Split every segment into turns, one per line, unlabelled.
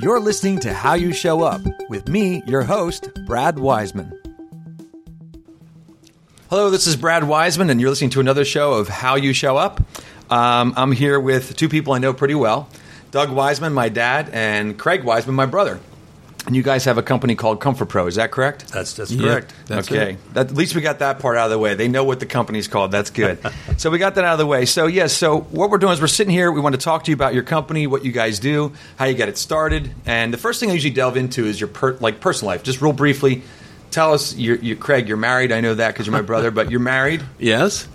You're listening to How You Show Up with me, your host, Brad Wiseman. Hello, this is Brad Wiseman, and you're listening to another show of How You Show Up. Um, I'm here with two people I know pretty well Doug Wiseman, my dad, and Craig Wiseman, my brother. And you guys have a company called Comfort Pro, is that correct?
That's that's correct.
that's
okay.
it.
That- at least we got that part out of the way. They know what the company's called. That's good. so we got that out of the way. So yes. So what we're doing is we're sitting here. We want to talk to you about your company, what you guys do, how you got it started, and the first thing I usually delve into is your per, like personal life. Just real briefly, tell us. You're, you Craig. You're married. I know that because you're my brother. But you're married
Yes,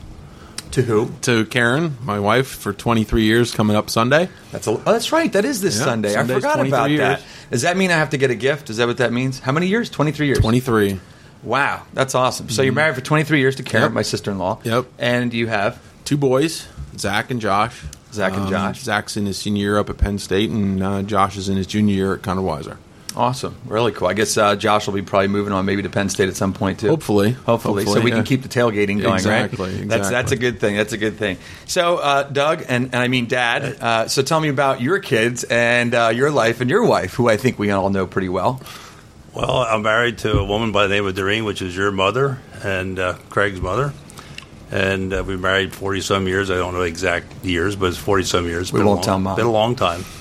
to who?
to Karen, my wife, for 23 years coming up Sunday.
That's a, oh, that's right. That is this
Yeah,
Sunday. I
Sunday's
forgot
23
about that.
years.
Does that mean I have to get a gift? Is that what that means? How many years? Twenty three years.
23.
Wow, that's awesome. So you're married for 23 years to Karen,
Mm-hmm. Yep.
my sister-in-law.
Yep.
And you have
Two boys, Zach and Josh. Um,
Zach and Josh.
Zach's in his senior year up at Penn State, and uh, Josh is in his junior year at Connerweiser.
Awesome, really cool. I guess uh, Josh will be probably moving on, maybe to Penn State at some point too.
Hopefully.
hopefully, so
Hopefully,
we
yeah.
can keep the tailgating going, right?
Exactly,
That's that's a
exactly.
good thing. That's a good thing. So, uh, Doug, and, and I mean Dad. Uh, so, tell me about your kids and uh, your life and your wife, who I think we all know pretty well.
Well, I'm married to a woman by the name of Doreen, which is your mother and uh, Craig's mother. And uh, we have married 40 some years. I don't know exact years, but it's 40 some years.
We
Been a
won't
long-
tell Mom.
Been a long time.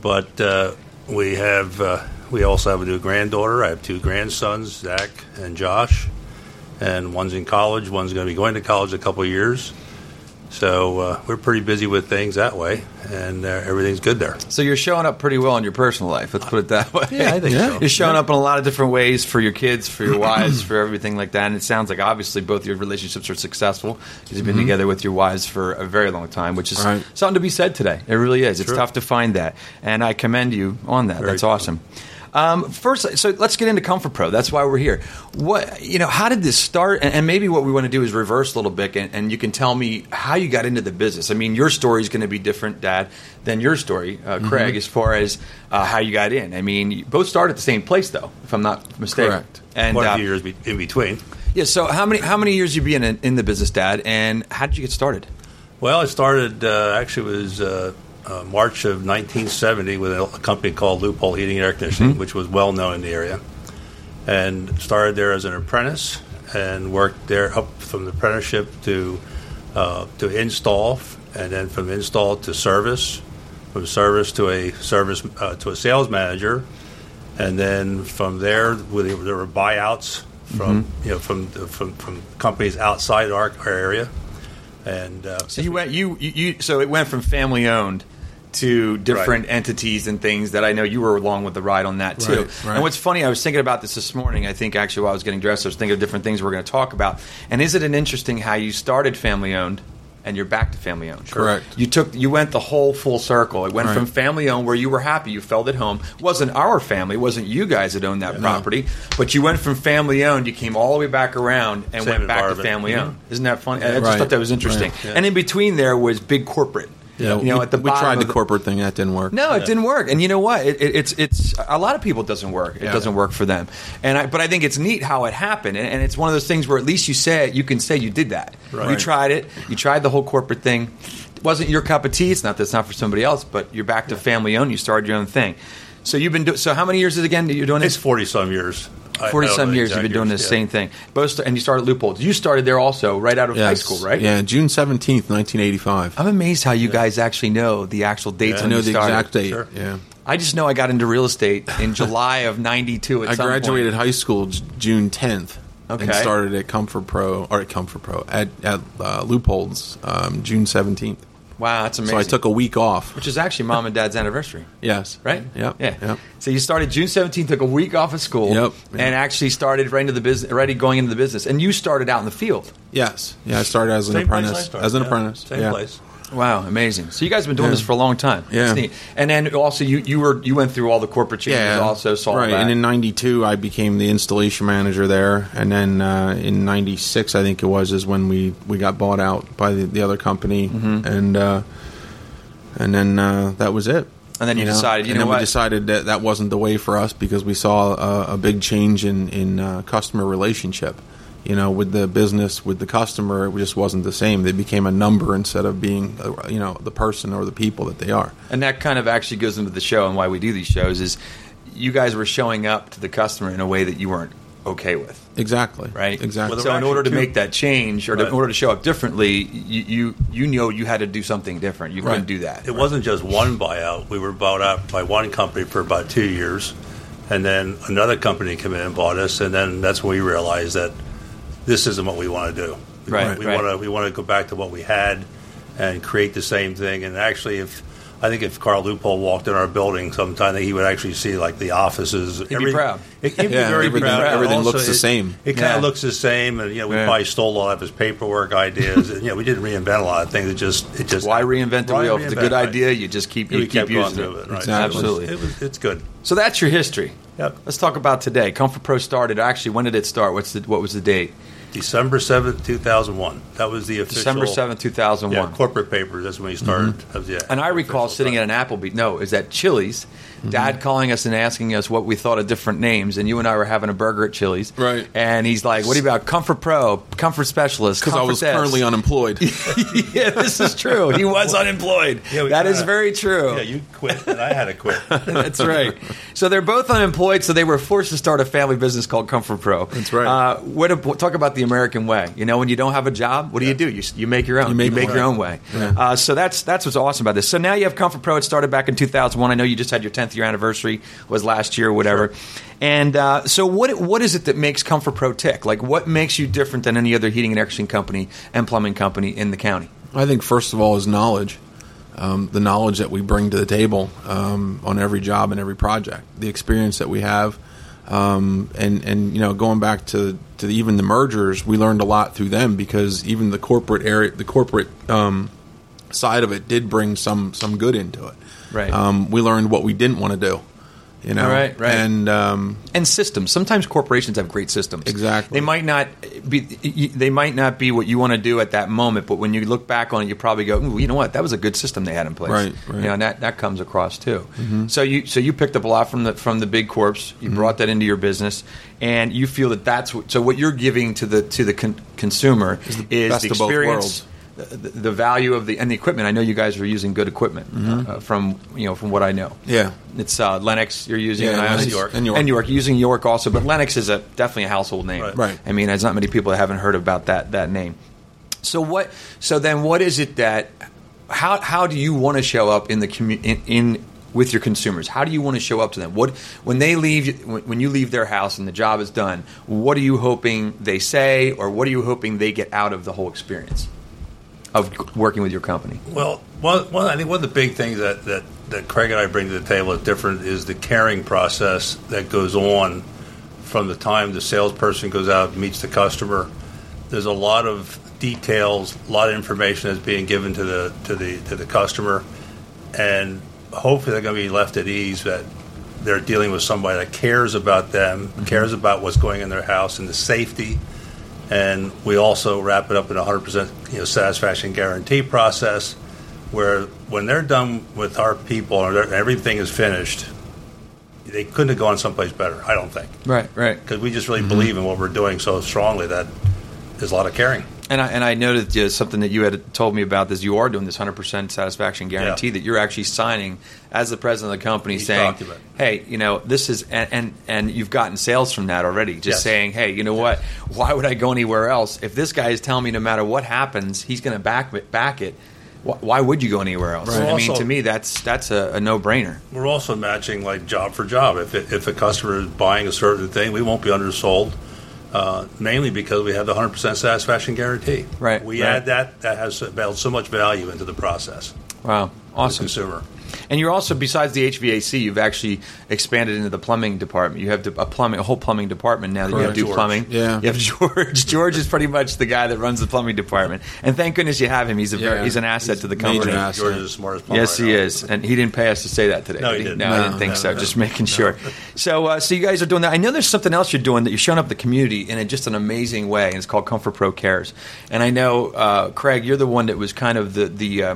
but uh, we have, uh, we also have a new granddaughter. I have two grandsons, Zach and Josh. And one's in college, one's going to be going to college a couple of years. So uh, we're pretty busy with things that way, and uh, everything's good there.
So, you're showing up pretty well in your personal life. Let's put it that way.
Yeah, I think Yeah. so.
You're showing up in a lot of different ways for your kids, for your wives, for everything like that. And it sounds like obviously both your relationships are successful because you've been
Mm-hmm.
together with your wives for a very long time, which is
Right.
something to be said today. It really is. It's
Sure.
tough to find that, and I commend you on that.
Very
That's
true.
awesome. Um, first, so let's get into Comfort Pro. That's why we're here. What you know? How did this start? And, and maybe what we want to do is reverse a little bit, and, and you can tell me how you got into the business. I mean, your story is going to be different, Dad, than your story, uh, Craig, as far as uh, how you got in. I mean, you both started at the same place, though, if I'm not mistaken.
Correct.
And
Quite
uh,
a few years be- in between.
yeah. So how many how many years you been in, in the business, Dad? And how did you get started?
Well, it started uh, actually it was uh, uh, March of 1970 with a, a company called Loophole Heating and Air Conditioning,
Mm-hmm.
which was well known in the area, and started there as an apprentice and worked there up from the apprenticeship to uh, to install, and then from install to service, from service to a service uh, to a sales manager, and then from there with- there were buyouts from
Mm-hmm.
you know from, from from companies outside our, our area. And uh,
So you went you, you you so it went from family owned to different entities and things that I know you were along with the ride on that too.
Right, right.
And what's funny, I was thinking about this this morning. I think actually while I was getting dressed, I was thinking of different things we're going to talk about. And is it an interesting how you started family owned? And you're back to family owned.
Correct.
You took you went the whole full circle. It went
Right.
from family owned where you were happy, you felt at home. wasn't our family, wasn't you guys that owned that property, but you went from family owned. You came all the way back around and
Same
went back to
environment.
family
Mm-hmm.
owned. Isn't that funny? I just
Right.
thought that was interesting.
Right.
Yeah.
And in between there was big corporate. you know,
we,
at the
we
bottom
tried
of
the, corporate thing, that didn't work.
No, it didn't work. And you know what? It, it, it's it's a lot of people it doesn't work. It
Yeah.
doesn't work for them. And I, but I think it's neat how it happened. And, and it's one of those things where at least you say it, you can say you did that.
Right.
You tried it. You tried the whole corporate thing. It wasn't your cup of tea. It's not that's not for somebody else. But you're back to family owned. You started your own thing. So you've been do- so how many years is it again that you're doing
It's
this?
forty some years. I- I
Forty
don't
some
know
years you've
exact
been doing
years,
this
yeah.
same thing. Both st- and you started loopholes. You started there also right out of high
Yes.
school, right?
Yeah, June 17th, 1985.
I'm amazed how you guys actually know the actual dates
Yeah.
I
when
know
you
the
started.
exact date.
Sure.
Yeah.
I just know I got into real estate in July of '92. At
I
some point.
graduated high school j- June 10th. And
Okay.
started at Comfort Pro, or at Comfort Pro, at, at uh, Loophold's um, June 17th.
Wow, that's amazing.
So I took a week off.
which is actually mom and dad's anniversary.
Yes.
Right?
Yep.
Yeah.
Yep.
So you started June 17th, took a week off of school,
Yep.
and actually started right into the business, already going into the business. And you started out in the field.
Yes. Yeah. I started as an
Same place I
apprentice.
started,
as an
yeah.
apprentice.
Same
yeah.
place.
Wow, amazing. So you guys have been doing
Yeah.
this for a long time. That's
Yeah.
neat. And then also you, you were you went through all the corporate changes,
Yeah.
also saw
right.
that.
And in '92, I became the installation manager there, and then uh, in '96, I think it was, is when we we got bought out by the, the other company,
Mm-hmm.
and uh, and then uh, that was it.
And then you decided, you
and
know
then
what?
we decided that that wasn't the way for us because we saw a, a big change in in uh, customer relationship. you know, with the business, with the customer, it just wasn't the same. They became a number instead of being, uh, you know, the person or the people that they are.
And that kind of actually goes into the show and why we do these shows is you guys were showing up to the customer in a way that you weren't okay with,
Exactly.
right?
Exactly.
Well,
So in order to
Actually, too-
make that change or to, in
Right.
order to show up differently, you you, you know you had to do something different. You couldn't
Right.
do that.
It wasn't just one buyout. We were bought out by one company for about two years, and then another company came in and bought us, and then that's when we realized that this isn't what we want to do. We
Right,
want- we
right.
want to we want to go back to what we had and create the same thing. And actually, if I think if Carl Loophole walked in our building sometime, he would actually see like the offices. He'd
be proud.
It, he'd
Yeah,
be very
everything-
proud. and
everything looks the
it-
same.
It kind
Yeah.
of looks the same, and you know we
Yeah.
probably stole all of his paperwork ideas. and, you know we didn't reinvent a lot of things. It just it just
Why reinvent the
Why
wheel? If it's a
reinvent,
good
right.
idea, you just keep you
We
keep
kept going
using
through
it.
Right.
Exactly.
Absolutely.
It was, it's good.
So that's your history.
Yep.
Let's talk about today. Comfort Pro started. Actually, when did it start? What's the, what was the date?
December 7th, 2001. That was the official.
December seventh, two thousand
Yeah,
one. Mm-hmm.
corporate papers. That's when we started. That was, yeah,
And I recall sitting at an Applebee. No, is that Chili's?
Mm-hmm.
Dad calling us and asking us what we thought of different names, and you and I were having a burger at Chili's.
Right.
And he's like, "What about Comfort Pro, Comfort Specialist?"
Because I
Comfort
was
this?"
currently unemployed.
yeah, this is true. He was unemployed.
Yeah, we
that is
kinda-
very true.
Yeah, you quit, and I had to quit.
That's right. So they're both unemployed, so they were forced to start a family business called Comfort Pro. That's
right.
Uh, what a, talk about the American way. You know, when you don't have a job, what do you do? You, s- you make your own. You
make
make
one.
your own way.
Yeah.
Uh, so that's that's what's awesome about this. So now you have Comfort Pro. It started back in 2001. I know you just had your 10th year anniversary was last year or whatever. And uh, so what what is it that makes Comfort Pro tick? Like what makes you different than any other heating and air conditioning company and plumbing company in the county?
I think first of all is knowledge, um, the knowledge that we bring to the table um, on every job and every project, the experience that we have, um, and and you know going back to to even the mergers, we learned a lot through them because even the corporate area, the corporate um, side of it did bring some some good into it.
Right.
Um, we learned what we didn't want to do. You know.
Right, right.
And um,
and systems. Sometimes corporations have great systems. They
Exactly.
might not be. They might not be what you want to do at that moment, but when you look back on it, you probably go, Ooh, "You know what? That was a good system they had in place."
Right, right. Mm-hmm.
You know, and that, that comes across too. So you so you picked up a lot from the from the big corps. You brought that into your business, and you feel that that's what, so. What you're giving to the to the con- consumer is the,
best of both
experience
worlds.
the, the value of the and the equipment. I know you guys are using good equipment
Mm-hmm.
uh, from you know from what I know.
Yeah.
it's uh, Lennox you're using
Yeah,
and I
Lennox
also-
York.
and
and
York
York.
using York also, but Lennox is a definitely a household name.
Right.
Right.
I mean, there's not many people that haven't heard about that that name. So what? So then, what is it that? How how do you want to show up in the commu- in, in with your consumers? How do you want to show up to them? What when they leave when, when you leave their house and the job is done? What are you hoping they say, or what are you hoping they get out of the whole experience of working with your company?
Well, one, one, I think one of the big things that, that, that Craig and I bring to the table that's different is the caring process that goes on from the time the salesperson goes out and meets the customer. There's a lot of details, a lot of information that's being given to the to the to the customer, and hopefully they're going to be left at ease that they're dealing with somebody that cares about them, cares about what's going in their house and the safety and we also wrap it up in a 100% you know, satisfaction guarantee process where when they're done with our people or their- everything is finished they couldn't have gone someplace better i don't think
Right, right.
because we just
Mm-hmm.
really believe in what we're doing so strongly that there's a lot of caring
And I, and I noted uh, something that you had told me about this. You are doing this 100% satisfaction guarantee
Yeah.
that you're actually signing as the president of the company
Each
saying,
document.
hey, you know, this is, and, and, and you've gotten sales from that already. Just
Yes.
saying, hey, you know what? Why would I go anywhere else? If this guy is telling me no matter what happens, he's going to back it, back it. wh- Why would you go anywhere else?
Right.
I mean,
Also-
to me, that's that's a, a no brainer.
we're also matching like job for job if, it, if a customer is buying a certain thing we won't be undersold uh, mainly because we have the 100% satisfaction guarantee
Right,
we
right.
add that that has about so much value into the process
Wow, awesome.
the consumer
And you're also, besides the HVAC, you've actually expanded into the plumbing department. You have a plumbing, a whole plumbing department now. That you have
Correct.
to do
George.
plumbing.
Yeah.
You have George. George is pretty much the guy that runs the plumbing department. And thank goodness you have him. He's a very,
Yeah.
he's an asset
He's
to the
major
company.
asset.
George is the smartest plumber
Yes,
I
he
know.
is, and he didn't pay us to say that today.
No, he
did
didn't.
No, I
No,
didn't think
no,
so.
no.
Just making sure. So, uh, so you guys are doing that. I know there's something else you're doing that you're showing up the community in a, just an amazing way, and it's called Comfort Pro Cares. And I know, uh, Craig, you're the one that was kind of the the uh,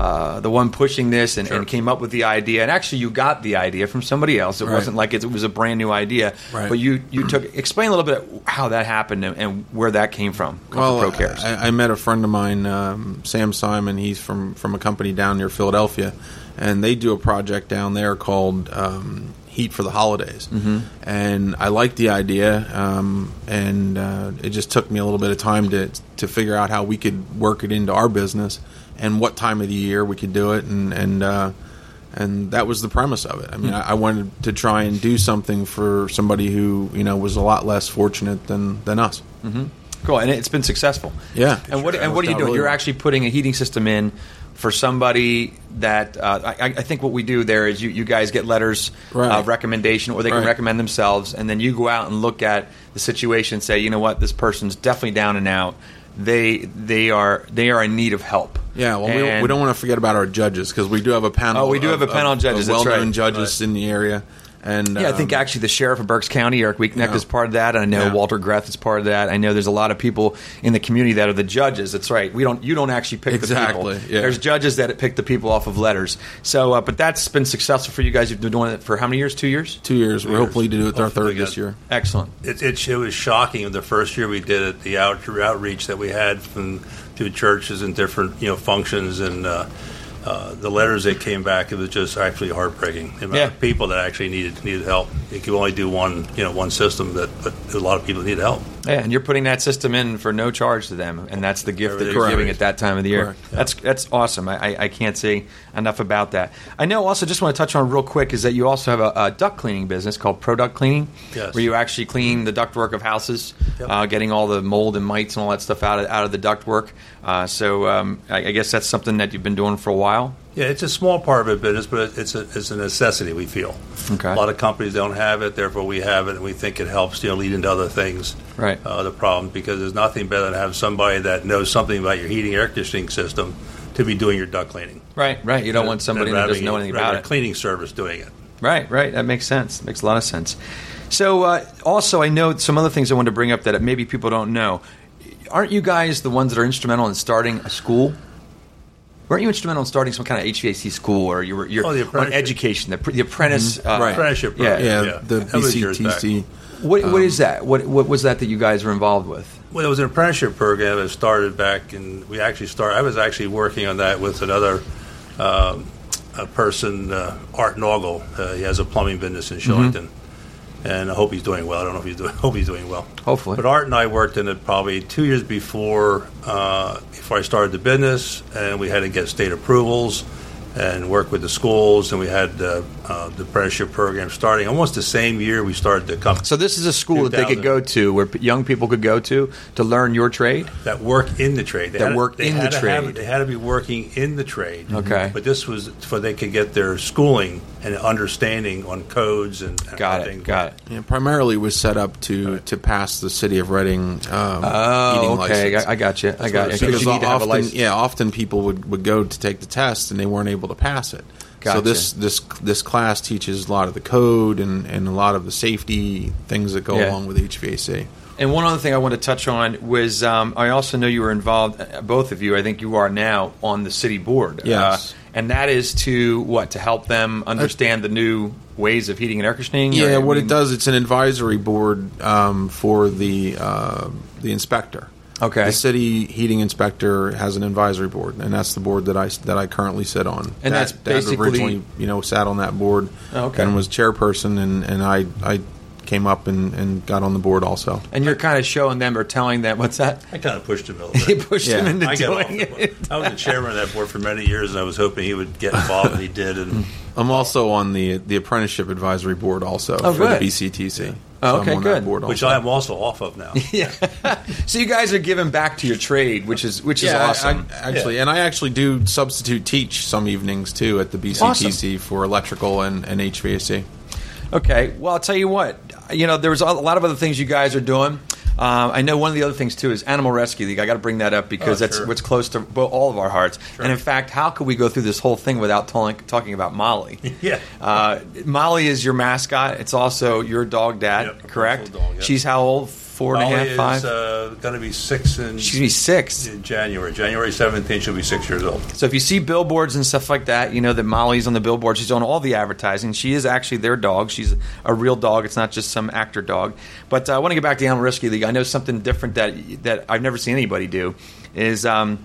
uh, the one pushing this and,
Sure.
and came up with the idea. And actually, you got the idea from somebody else. It
Right.
wasn't like it, was a brand new idea.
Right.
But you you took explain a little bit how that happened and, and where that came from. Comfort Pro cares.
I, I met a friend of mine, um, Sam Simon. He's from from a company down near Philadelphia, and they do a project down there called um, Heat for the Holidays. Mm-hmm. And I liked the idea, um, and uh, it just took me a little bit of time to to figure out how we could work it into our business and what time of the year we could do it, and and. Uh, and that was the premise of it. I
Hmm.
mean, I, I wanted to try and do something for somebody who you know was a lot less fortunate than than us.
Cool, and it's been successful.
Yeah.
And what
Sure,
and what
worked
are you doing?
out really
You're
well.
actually putting a heating system in for somebody that uh, I, I think what we do there is you, you guys get letters
Right.
of recommendation, or they can
Right.
recommend themselves, and then you go out and look at the situation, and say, you know what, this person's definitely down and out. They they are they are in need of help.
Yeah, well, we,
And-
we don't want to forget about our judges because we do have a panel.
Oh, we do
of-
have a panel of judges, that's
well-known
right.
judges in the area, and
Yeah, I think
um,
actually the sheriff of Berks County, Eric Weekneck,
Yeah.
is part of that. I know
Yeah.
Walter Greth is part of that. I know there's a lot of people in the community that are the judges. That's right. We don't you don't actually pick
Exactly,
the people.
yeah.
There's judges that pick the people off of letters. So, uh, but that's been successful for you guys. You've been doing it for how many years? Two years.
two years. We're
years.
hopefully to do it our
Hopefully
third this
good.
year.
Excellent.
It, it, it was shocking the first year we did it, the out, outreach that we had from to churches and different you know functions and uh, uh, the letters that came back. It was just actually heartbreaking. The amount
Yeah.
of people that actually needed needed help. You could only do one you know one system that, but a lot of people need help.
Yeah, and you're putting that system in for no charge to them, and that's the gift that you're
Correct.
giving at that time of the year.
Correct, yeah.
That's that's awesome. I, I, I can't say enough about that. I know. Also, just want to touch on real quick is that you also have a, a duct cleaning business called Pro Duct Cleaning,
Yes.
where you actually clean the ductwork of houses,
Yep.
uh, getting all the mold and mites and all that stuff out of out of the ductwork. Uh, so um, I, I guess that's something that you've been doing for a while.
Yeah, it's a small part of a business, but it's a, it's a necessity we feel.
Okay.
A lot of companies don't have it, therefore we have it, and we think it helps you know lead into other things.
Right.
Uh, the problem because there's nothing better than have somebody that knows something about your heating air conditioning system to be doing your duct cleaning.
Right, right. You don't want somebody
Than
that doesn't
having
know anything
rather
about
a
it.
cleaning service doing it.
Right, right. That makes sense. Makes a lot of sense. So, uh, also, I know some other things I wanted to bring up that maybe people don't know. Aren't you guys the ones that are instrumental in starting a school? Weren't you instrumental in starting some kind of HVAC school, or you were you're
Oh, the
on
apprenticeship. Mm-hmm.
education, the, pr- the apprentice, uh,
Right.
Apprenticeship program.
Yeah.
Yeah,
Yeah. Um,
the
That was years back.
BCTC.
What what is that? What what was that that you guys were involved with?
Well, it was an apprenticeship program that started back, and we actually started. I was actually working on that with another um, a person, uh, Art Noggle. Uh, he has a plumbing business in
Mm-hmm.
Shillington, and I hope he's doing well. I don't know if he's doing. Hope he's doing well.
Hopefully.
But Art and I worked in it probably two years before uh, before I started the business, and we had to get state approvals and work with the schools, and we had uh, uh, the apprenticeship program starting almost the same year we started the company.
So this is a school that they could
2000.
go to, where p- young people could go to to learn your trade.
that work in the trade. They
That
had-
work
they
in the
had to have-
trade.
they had to be working in the trade.
Okay.
But this was so they could get their schooling and understanding on codes and, and
Got
how
it.
things
Got
work.
it.
Yeah, primarily was set up to to pass the city of Reading. Um,
Oh,
heating
okay.
license.
I, I got you. I
That's
got
what
you. Because
it
because
you need to have a
often,
license.
yeah, often people would, would go to take the test and they weren't able to pass it.
Gotcha.
So this this this class teaches a lot of the code and, and a lot of the safety things that go
Yeah.
along with HVAC.
And one other thing I want to touch on was um, I also know you were involved, uh, both of you. I think you are now on the city board. Uh,
Yes. Uh,
and that is to what to help them understand the new ways of heating and air conditioning.
Yeah,
Or, I
what
mean-
it does, it's an advisory board um, for the uh, the inspector.
Okay.
The city heating inspector has an advisory board, and that's the board that I that I currently sit on.
And
Dad-
that's
Dad
basically-
originally, you know, sat on that board
Oh, okay.
and was chairperson, and, and I I came up and, and got on the board also.
And you're kind of showing them or telling them what's that?
I kind of pushed him a little
He
bit.
pushed
Yeah.
them into
I, got off
doing
the board.
it.
I was the chairman of that board for many years, and I was hoping he would get involved, and he did. And
I'm also on the the apprenticeship advisory board also
Oh,
for
good.
the BCTC.
Oh,
So
okay,
I'm on that
good.
board
which
also.
I am also off of now.
Yeah. so you guys are giving back to your trade, which is which is
I-
awesome.
I, actually, and I actually do substitute teach some evenings too at the BCTC for electrical and, and HVAC.
Okay. Well, I'll tell you what. You know, there was a lot of other things you guys are doing. Uh, I know one of the other things too is Animal Rescue League. I got to bring that up because
Oh,
that's
sure.
what's close to bo- all of our hearts. And in fact, how could we go through this whole thing without telling, talking about Molly?
Yeah.
Uh, Molly is your mascot. It's also your dog, Dad.
Yep,
correct?
wonderful dog, yep.
She's how old? four and a half,
Molly
five?
is uh, going to be six in,
She's gonna be six.
in January. January 17th, she'll be six years old.
So if you see billboards and stuff like that, you know that Molly's on the billboard. She's on all the advertising. She is actually their dog. She's a real dog. It's not just some actor dog. But uh, I want to get back to the Animal Rescue League. I know something different that that I've never seen anybody do is. Um,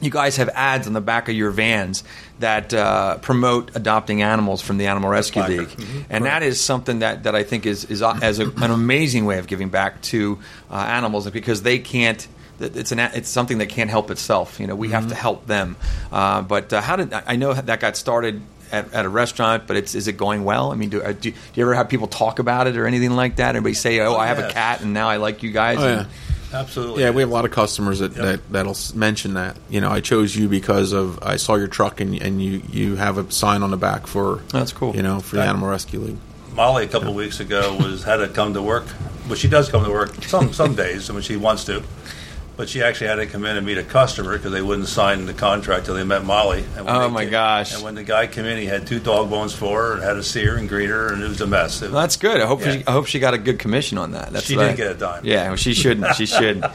you guys have ads on the back of your vans that uh, promote adopting animals from the Animal Rescue
Blacker.
League, and that is something that, that I think is is, a, as a, an amazing way of giving back to uh, animals because they can't. that It's an a- it's something that can't help itself. You know, we have to
Mm-hmm.
help them. Uh, but uh, how did I I know that got started at, at a restaurant? But it's is it going well? I mean, do, uh, do do you ever have people talk about it or anything like that? Everybody say, "Oh, I have
yes.
a cat, and now I like you guys."
Oh,
and-
yeah.
Absolutely.
Yeah, we have a lot of customers that, that that'll s- mention that. You know, I chose you because of I saw your truck and and you you have a sign on the back for
That's cool.
You know, for the Animal Rescue League.
Molly a couple of weeks ago was had to come to work, but she does come to work some some days when she wants to. But she actually had to come in and meet a customer because they wouldn't sign the contract till they met Molly. And when
Oh,
they
my
came-
gosh.
And when the guy came in, he had two dog bones for her and had to see her and greet her, and it was a mess. It
Well, that's good. I hope
Yeah.
she, I hope she got a good commission on that. That's
She
what
didn't
I-
get a dime.
Yeah, well, she shouldn't. She shouldn't.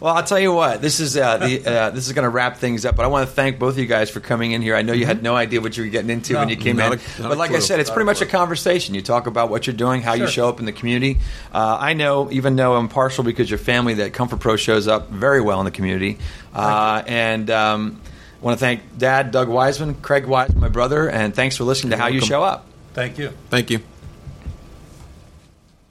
Well, I'll tell you what. This is uh, the uh, this is going to wrap things up. But I want to thank both of you guys for coming in here. I know you had no idea what you were getting into when you came
Not
in,
a- not
but
a
like I
clue.
said, it's
Not
pretty
Mm-hmm. a
much a
clue.
conversation. You talk about what you're doing, how you
Sure.
show up in the community. Uh, I know, even though I'm partial because your family, that Comfort Pro shows up very well in the community, uh, and. Um, I want to thank Dad, Doug Wiseman, Craig Wiseman, my brother, and thanks for listening to How You
welcome.
Show Up.
thank you.
Thank you.